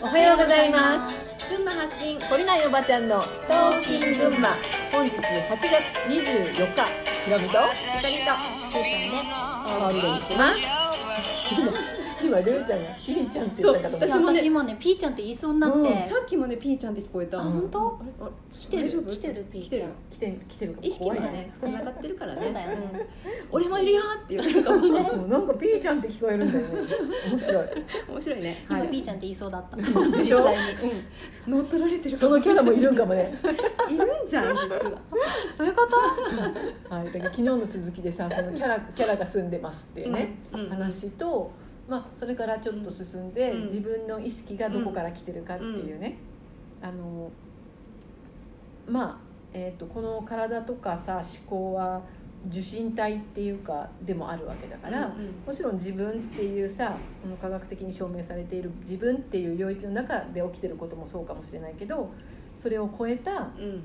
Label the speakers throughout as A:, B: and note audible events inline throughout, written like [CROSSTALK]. A: おはようございます
B: 群馬発信
A: 懲りないおばちゃんのトーキン群馬本日8月24日ひろみと
B: ゆかりとゆうさ
A: 香りでします今今ルーちゃんがひりちゃんって言ったかと思
C: いや
A: った
C: 私
A: う
C: も,、ねピーちゃんって言いそうになって、
A: うん
B: んねさっきもねピーちゃんって聞こえた
C: あ本当
B: あ
C: 来てる
B: 大丈夫
C: 来てるピー
B: 来て
C: ちゃ
B: る
C: ん
A: 来て来てるかも
B: 意識
A: 怖
B: が
A: い
B: ねつながってるからね
C: そうだよね
B: うん俺もいるよって言ってるかもね
A: そうなんかピーちゃんって聞こえるんだよね面白い
B: 面白いね
C: 今
A: はい
C: ピーちゃんって言いそうだった
A: でしょ
C: 実際に、うん
B: 乗っ取られて
A: [LAUGHS]
B: る
A: そのキャラもいるんかもね
B: いるんじゃん実は
C: そういうこと
A: [LAUGHS] はい、だから昨日の続きでさそのキャラキャラが住んでますっていうね、
B: うんうん
A: 話と、まあ、それからちょっと進んで、
B: うん
A: 自分の意識がどこから来てるかっていうね、あのまあ、えー、とこの体とかさ思考は受信体っていうかでもあるわけだから、
B: うんうん
A: もちろん自分っていうさこの科学的に証明されている自分っていう領域の中で起きてることもそうかもしれないけどそれを超えた
B: うん
A: うん、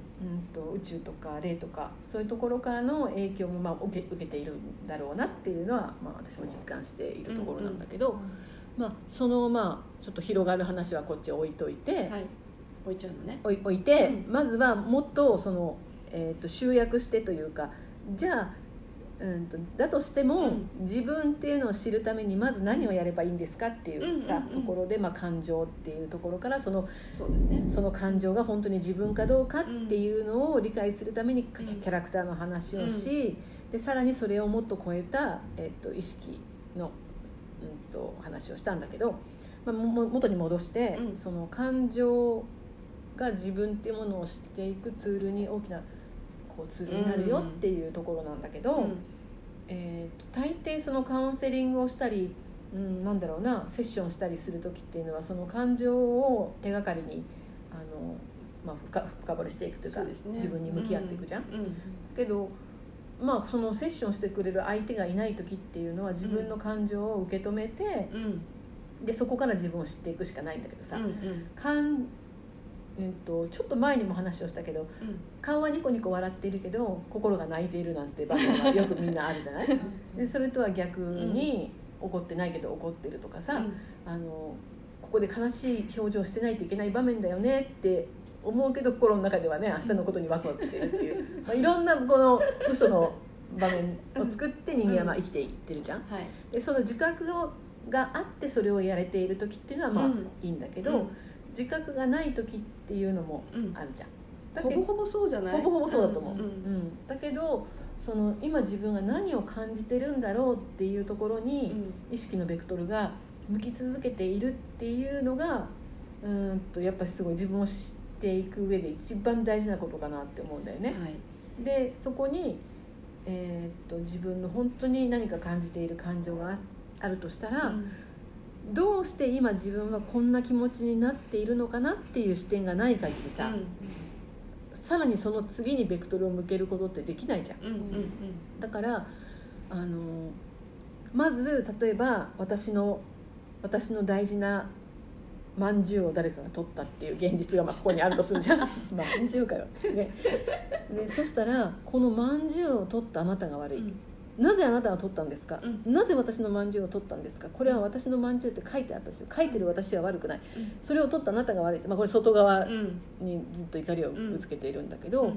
A: と宇宙とか霊とかそういうところからの影響もまあ受け受けているんだろうなっていうのは、まあ、私も実感しているところなんだけど、まあ、そのまあちょっと広がる話はこっち置いといて、
B: はい置いちゃうのね
A: おい置いて、
B: う
A: まずはもっとその、えー、と集約してというかじゃあうんとだとしても、
B: うん
A: 自分っていうのを知るためにまず何をやればいいんですかっていうさ、
B: うんうんうん
A: ところで、まあ、感情っていうところからその
B: そうだね
A: その感情が本当に自分かどうかっていうのを理解するためにキャキャラクターの話をし、でさらにそれをもっと超えた、えっと、意識の、うん、と話をしたんだけど、まあ、もも元に戻して、
B: うん
A: その感情が自分っていうものを知っていくツールに大きなこうツールになるよっていうところなんだけど、えー、と大抵そのカウンセリングをしたり、うん、なんだろうなセッションしたりする時っていうのはその感情を手がかりにあの、まあ、深深掘りしていくというか
B: そうですね
A: 自分に向き合っていくじゃん。
B: うん
A: けどまあ、そのセッションしてくれる相手がいない時っていうのは自分の感情を受け止めて、
B: うんうん
A: でそこから自分を知っていくしかないんだけどさ、
B: うんうん
A: かんうん、とちょっと前にも話をしたけど顔はニコニコ笑っているけど心が泣いているなんて場面がよくみんなあるじゃないでそれとは逆に、怒ってないけど怒ってるとかさ、あのここで悲しい表情してないといけない場面だよねって思うけど心の中ではね明日のことにワクワクしてるっていう、 [LAUGHS] まあ、いろんなこの嘘の場面を作って人間はまあ生きていってるじゃん。
B: はい
A: でその自覚をがあってそれをやれている時っていうのはまあ
B: うん
A: いいんだけ
B: け
A: ど、自覚がない時っていうのも
B: うん
A: あるじゃん。だ
B: ほ
A: け
B: ぼ
A: ど
B: ほぼそうじゃない
A: ほぼほぼそうだと思う、
B: ん
A: うん
B: ん
A: だけどその今自分が何を感じてるんだろうっていうところ
B: う
A: に
B: ん
A: 意識のベクトルが向き続けているっていうのがうーんとやっぱすごい自分を知っていく上で一番大事なことかなって思うんだよね。
B: はい
A: でそこに、えーっと自分の本当に何か感じている感情がああるとしたら、
B: うん
A: どうして今自分はこんな気持ちになっているのかなっていう視点がない限りさ、さらにその次にベクトルを向けることってできないじゃん
B: うんうんうん
A: だからあのまず例えば私の私の大事なまんじゅうを誰かが取ったっていう現実がまあここにあるとするじゃ
B: [LAUGHS]
A: んまんじゅうかよ、ね、でそしたらこのまんじゅうを取ったあなたが悪
B: う
A: い、
B: ん
A: なぜあなたが取ったんですか、
B: う
A: なぜ私のまんじゅうを取ったんですかこれは私のまんじゅうって書いてあったし書いてる私は悪くない
B: うん
A: それを取ったあなたが悪いって、まあ、これ外側
B: うん
A: にずっと怒りをぶつけているんだけど、
B: うん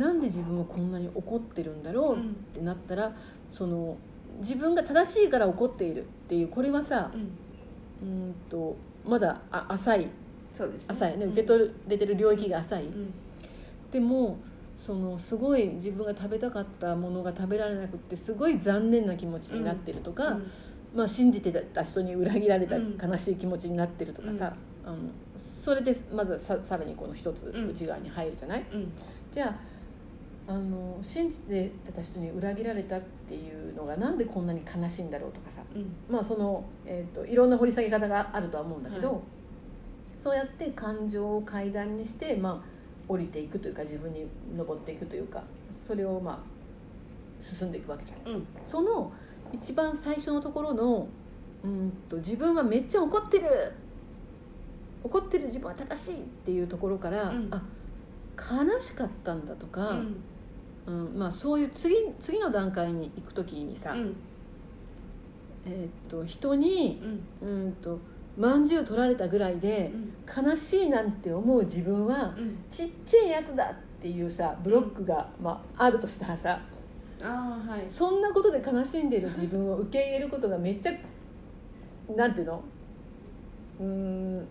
A: なんで自分はこんなに怒ってるんだろ
B: う
A: うっ
B: ん
A: てなったらその自分が正しいから怒っているっていうこれはさ
B: うん
A: うーんとまだあ浅い
B: そうです
A: 浅いね受け取れてる領域が浅い
B: うん
A: でもそのすごい自分が食べたかったものが食べられなくってすごい残念な気持ちになってるとか、
B: うん
A: まあ、信じてた人に裏切られた
B: うん
A: 悲しい気持ちになってるとかさ、あのそれでまずささらにこの一つ
B: うん
A: 内側に入るじゃない、
B: うん
A: じゃああの信じてた人に裏切られたっていうのがなんでこんなに悲しいんだろうとかさ
B: うん
A: まあその、えー、といろんな掘り下げ方があるとは思うんだけど、
B: はい
A: そうやって感情を階段にして、まあ、降りていくというか自分に登っていくというかそれをまあ進んでいくわけじゃん。
B: うん
A: その一番最初のところのうんと自分はめっちゃ怒ってる怒ってる自分は正しいっていうところから、
B: うん
A: あ悲しかったんだとか、
B: うん
A: うんまあ、そういう次次の段階に行く時にさ、
B: うん
A: えーっと人に
B: うん
A: うんとまんじゅう取られたぐらいで
B: うん
A: 悲しいなんて思う自分は
B: うん
A: ちっちゃいやつだっていうさブロックが、まあ、あるとしたらさ
B: ああはい
A: そんなことで悲しんでる自分を受け入れることがめっちゃなんていうのうーん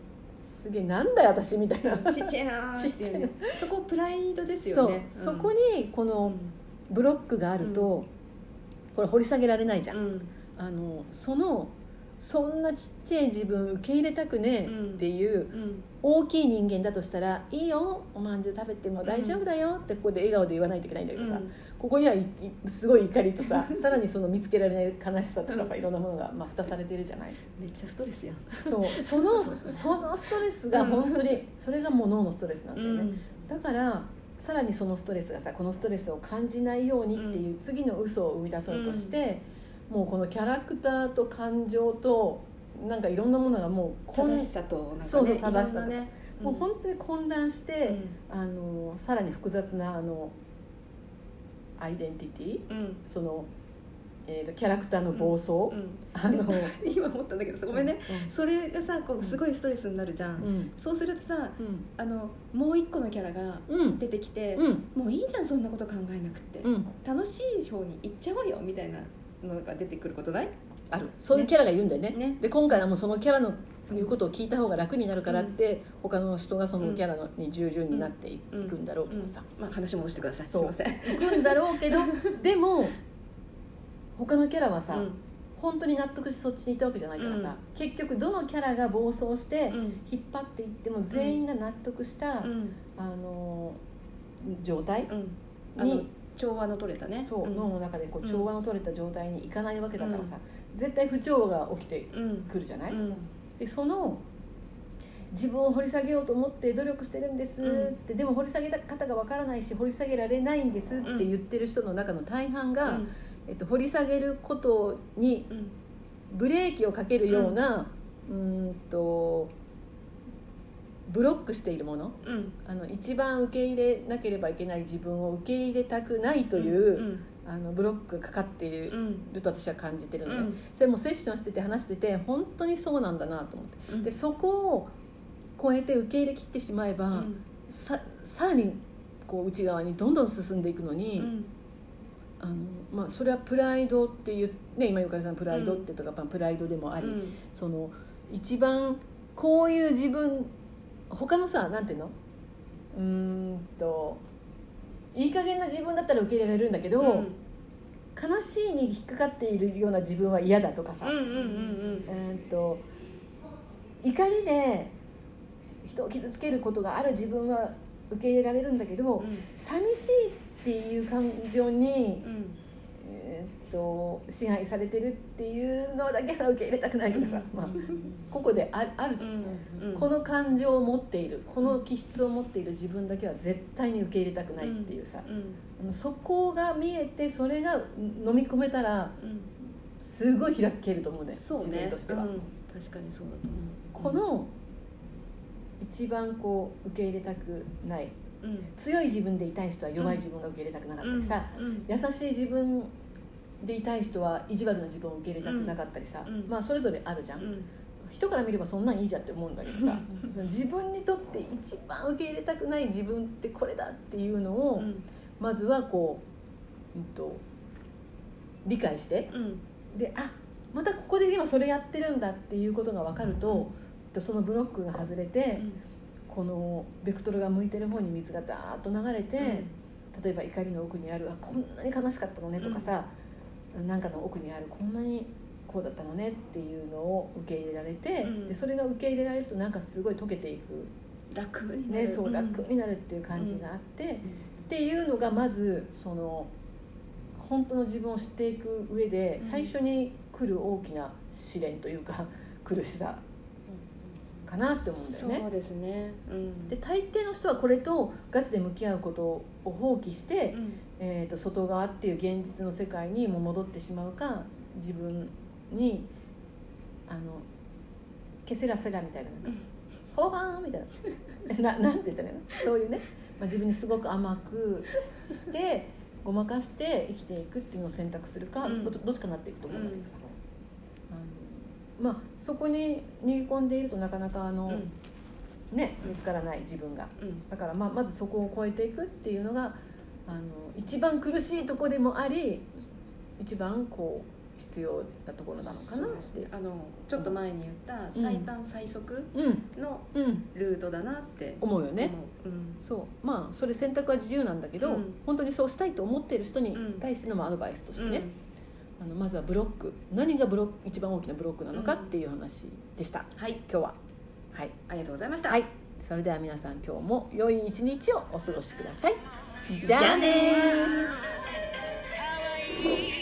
A: すげえなんだよ私みたいな
B: ちっちゃいなーっていうねそこプライドです
A: そ
B: よ
A: う
B: ね
A: そこにこ
B: う
A: の
B: ん
A: ブロックがあると、これ掘り下げられないじゃん、
B: うん
A: あのそのそんなちっちゃい自分受け入れたくねえっていう、
B: うん
A: 大きい人間だとしたら「いいよおまんじゅう食べても大丈夫だよ」ってここで笑顔で言わないといけないんだけどさ、ここにはいいすごい怒りと [LAUGHS] ささらにその見つけられない悲しさとかさいろんなものが、まあ、蓋されてるじゃない
B: めっちゃストレスやん
A: そうそのそのストレスが本当にそれがもう脳のストレスなんだよね、だからさらにそのストレスがさこのストレスを感じないようにっていう次の嘘を生み出そうとして、もうこのキャラクターと感情となんかいろんなものがもう混
B: 正しさとなんかね
A: そうそう正しさと
B: いろんなね
A: もう本当に混乱し
B: う
A: て、
B: ん
A: あのさらに複雑なあのアイデンティティ
B: うん
A: その、えー、とキャラクターの暴走、
B: うん
A: あの
B: 今思ったんだけどさごめんね、それがさこうすごいストレスになるじゃ
A: うん
B: ん、
A: うん
B: そうするとさ
A: うん
B: あのもう一個のキャラが
A: うん
B: 出てきて、
A: うん
B: もういいじゃんそんなこと考えなくて、
A: うん
B: 楽しい方に行っちゃおうよみたいなのが出てくることない
A: あるそういうキャラが言うんだよね
B: ね
A: で今回はもうそのキャラの言うことを聞いた方が楽になるからって、他の人がそのキャラのに従順になっていくんだろうとかさ、
B: まあ話戻してくださいす
A: そ
B: いうません
A: いくんだろう
B: [LAUGHS]
A: けどでも他のキャラはさ、
B: うん
A: 本当に納得してそっちに行ったわけじゃないからさ、結局どのキャラが暴走して
B: うん
A: 引っ張っていっても全員が納得した、
B: うん
A: あのー状態
B: うんあの
A: に、
B: 調和の取れたね
A: そう、
B: うん
A: 脳の中でこ
B: うん
A: う調和の取れた状態にいかないわけだからさ、絶対不調和が起きて
B: うん
A: くるじゃない、
B: うん
A: でその自分を掘り下げようと思って努力してるんですって、でも掘り下げ方がわからないし掘り下げられないんですって言ってる人の中の大半が、えっと、掘り下げることに
B: うん
A: ブレーキをかけるような、うーんとブロックしているもの
B: うん
A: あの一番受け入れなければいけない自分を受け入れたくないという、
B: うん
A: あのブロックがかかっている
B: うんうん
A: と私は感じてるので、
B: うん
A: それもセッションしてて話してて本当にそうなんだなと思って
B: うん
A: でそこを超えて受け入れきってしまえば、
B: うん
A: ささらにこう内側にどんどん進んでいくのに、
B: うん
A: あのまあ、それはプライドっていう、ね、今ゆかりさんプライドってとか、まあプライドでもあり、
B: うん
A: その一番こういう自分他のさなんていうのうーんといい加減な自分だったら受け入れられるんだけど、
B: うん
A: 悲しいに引っかかっているような自分は嫌だとかさ、
B: うんうんうん
A: うーんと怒りで人を傷つけることがある自分は受け入れられるんだけど、
B: うん
A: 寂しいっていう感情に、
B: うん
A: えーっと支配されてるっていうのだけは受け入れたくないとかさ、まあ、ここでああるじゃん、
B: うんうん
A: この感情を持っているこの気質を持っている自分だけは絶対に受け入れたくないっていうさ、
B: うん
A: あのそこが見えてそれが飲み込めたら
B: うん
A: すごい開けると思うね
B: そうね
A: 自分としては、
B: うん確かにそうだと
A: こ
B: 思う
A: の一番こう受け入れたくない
B: うん
A: 強い自分でいたい人は弱い自分が受け入れたくなかったりさ、
B: うん
A: 優しい自分でいたい人は意地悪な自分を受け入れたくなかったりさ、
B: うん
A: まあそれぞれあるじゃん、
B: うん
A: 人から見ればそんなんいいじゃんって思うんだけどさその自分にとって一番受け入れたくない自分ってこれだっていうのを、
B: うん
A: まずはこう、うん、と理解して
B: うん
A: であまたここで今それやってるんだっていうことが分かると、とそのブロックが外れて、このベクトルが向いてる方に水がダーッと流れて、例えば怒りの奥にある「あこんなに悲しかったのね」とかさ、なんかの奥にある「こんなにこうだったのね」っていうのを受け入れられて、
B: うん
A: でそれが受け入れられるとなんかすごい溶けていく、
B: 楽にな
A: ね
B: る
A: そう楽になるっていう感じがあって、っていうのがまずその本当の自分を知っていく上で
B: うん
A: 最初に来る大きな試練というか [LAUGHS] 苦しさかなって思うんだよね。
B: そうですねうん
A: で大抵の人はこれとガチで向き合うことを放棄して、
B: うん
A: えー、と外側っていう現実の世界にもう戻ってしまうか自分にあのケセラセラみたいななんか「ほわーん」みたいな [LAUGHS] ななんて言ったらいいのそういうね、まあ、自分にすごく甘くしてごまかして生きていくっていうのを選択するか、
B: うん
A: どどっちかなっていくと思うんだけどさ、あのまあ、そこに逃げ込んでいるとなかなかあの、
B: うん
A: ね、見つからない自分が
B: うん
A: だから、まあ、まずそこを越えていくっていうのがあの一番苦しいとこでもあり一番こう必要なところなのかなっていう。
B: あのちょっと前に言った
A: うん
B: 最短最速
A: うん
B: の
A: うん、
B: ルートだなって
A: 思うよね、
B: 思ううん
A: そうまあそれ選択は自由なんだけど、
B: うん
A: 本当にそうしたいと思っている人に
B: うん
A: 対してのまあアドバイスとしてね、あのまずはブロック何がブロック一番大きなブロックなのかっていう話でした、
B: うんはい
A: 今日ははい、
B: ありがとうございました
A: はい、それでは皆さん今日も良い一日をお過ごしくださいじ
B: じゃあねー
A: ー
D: 可愛い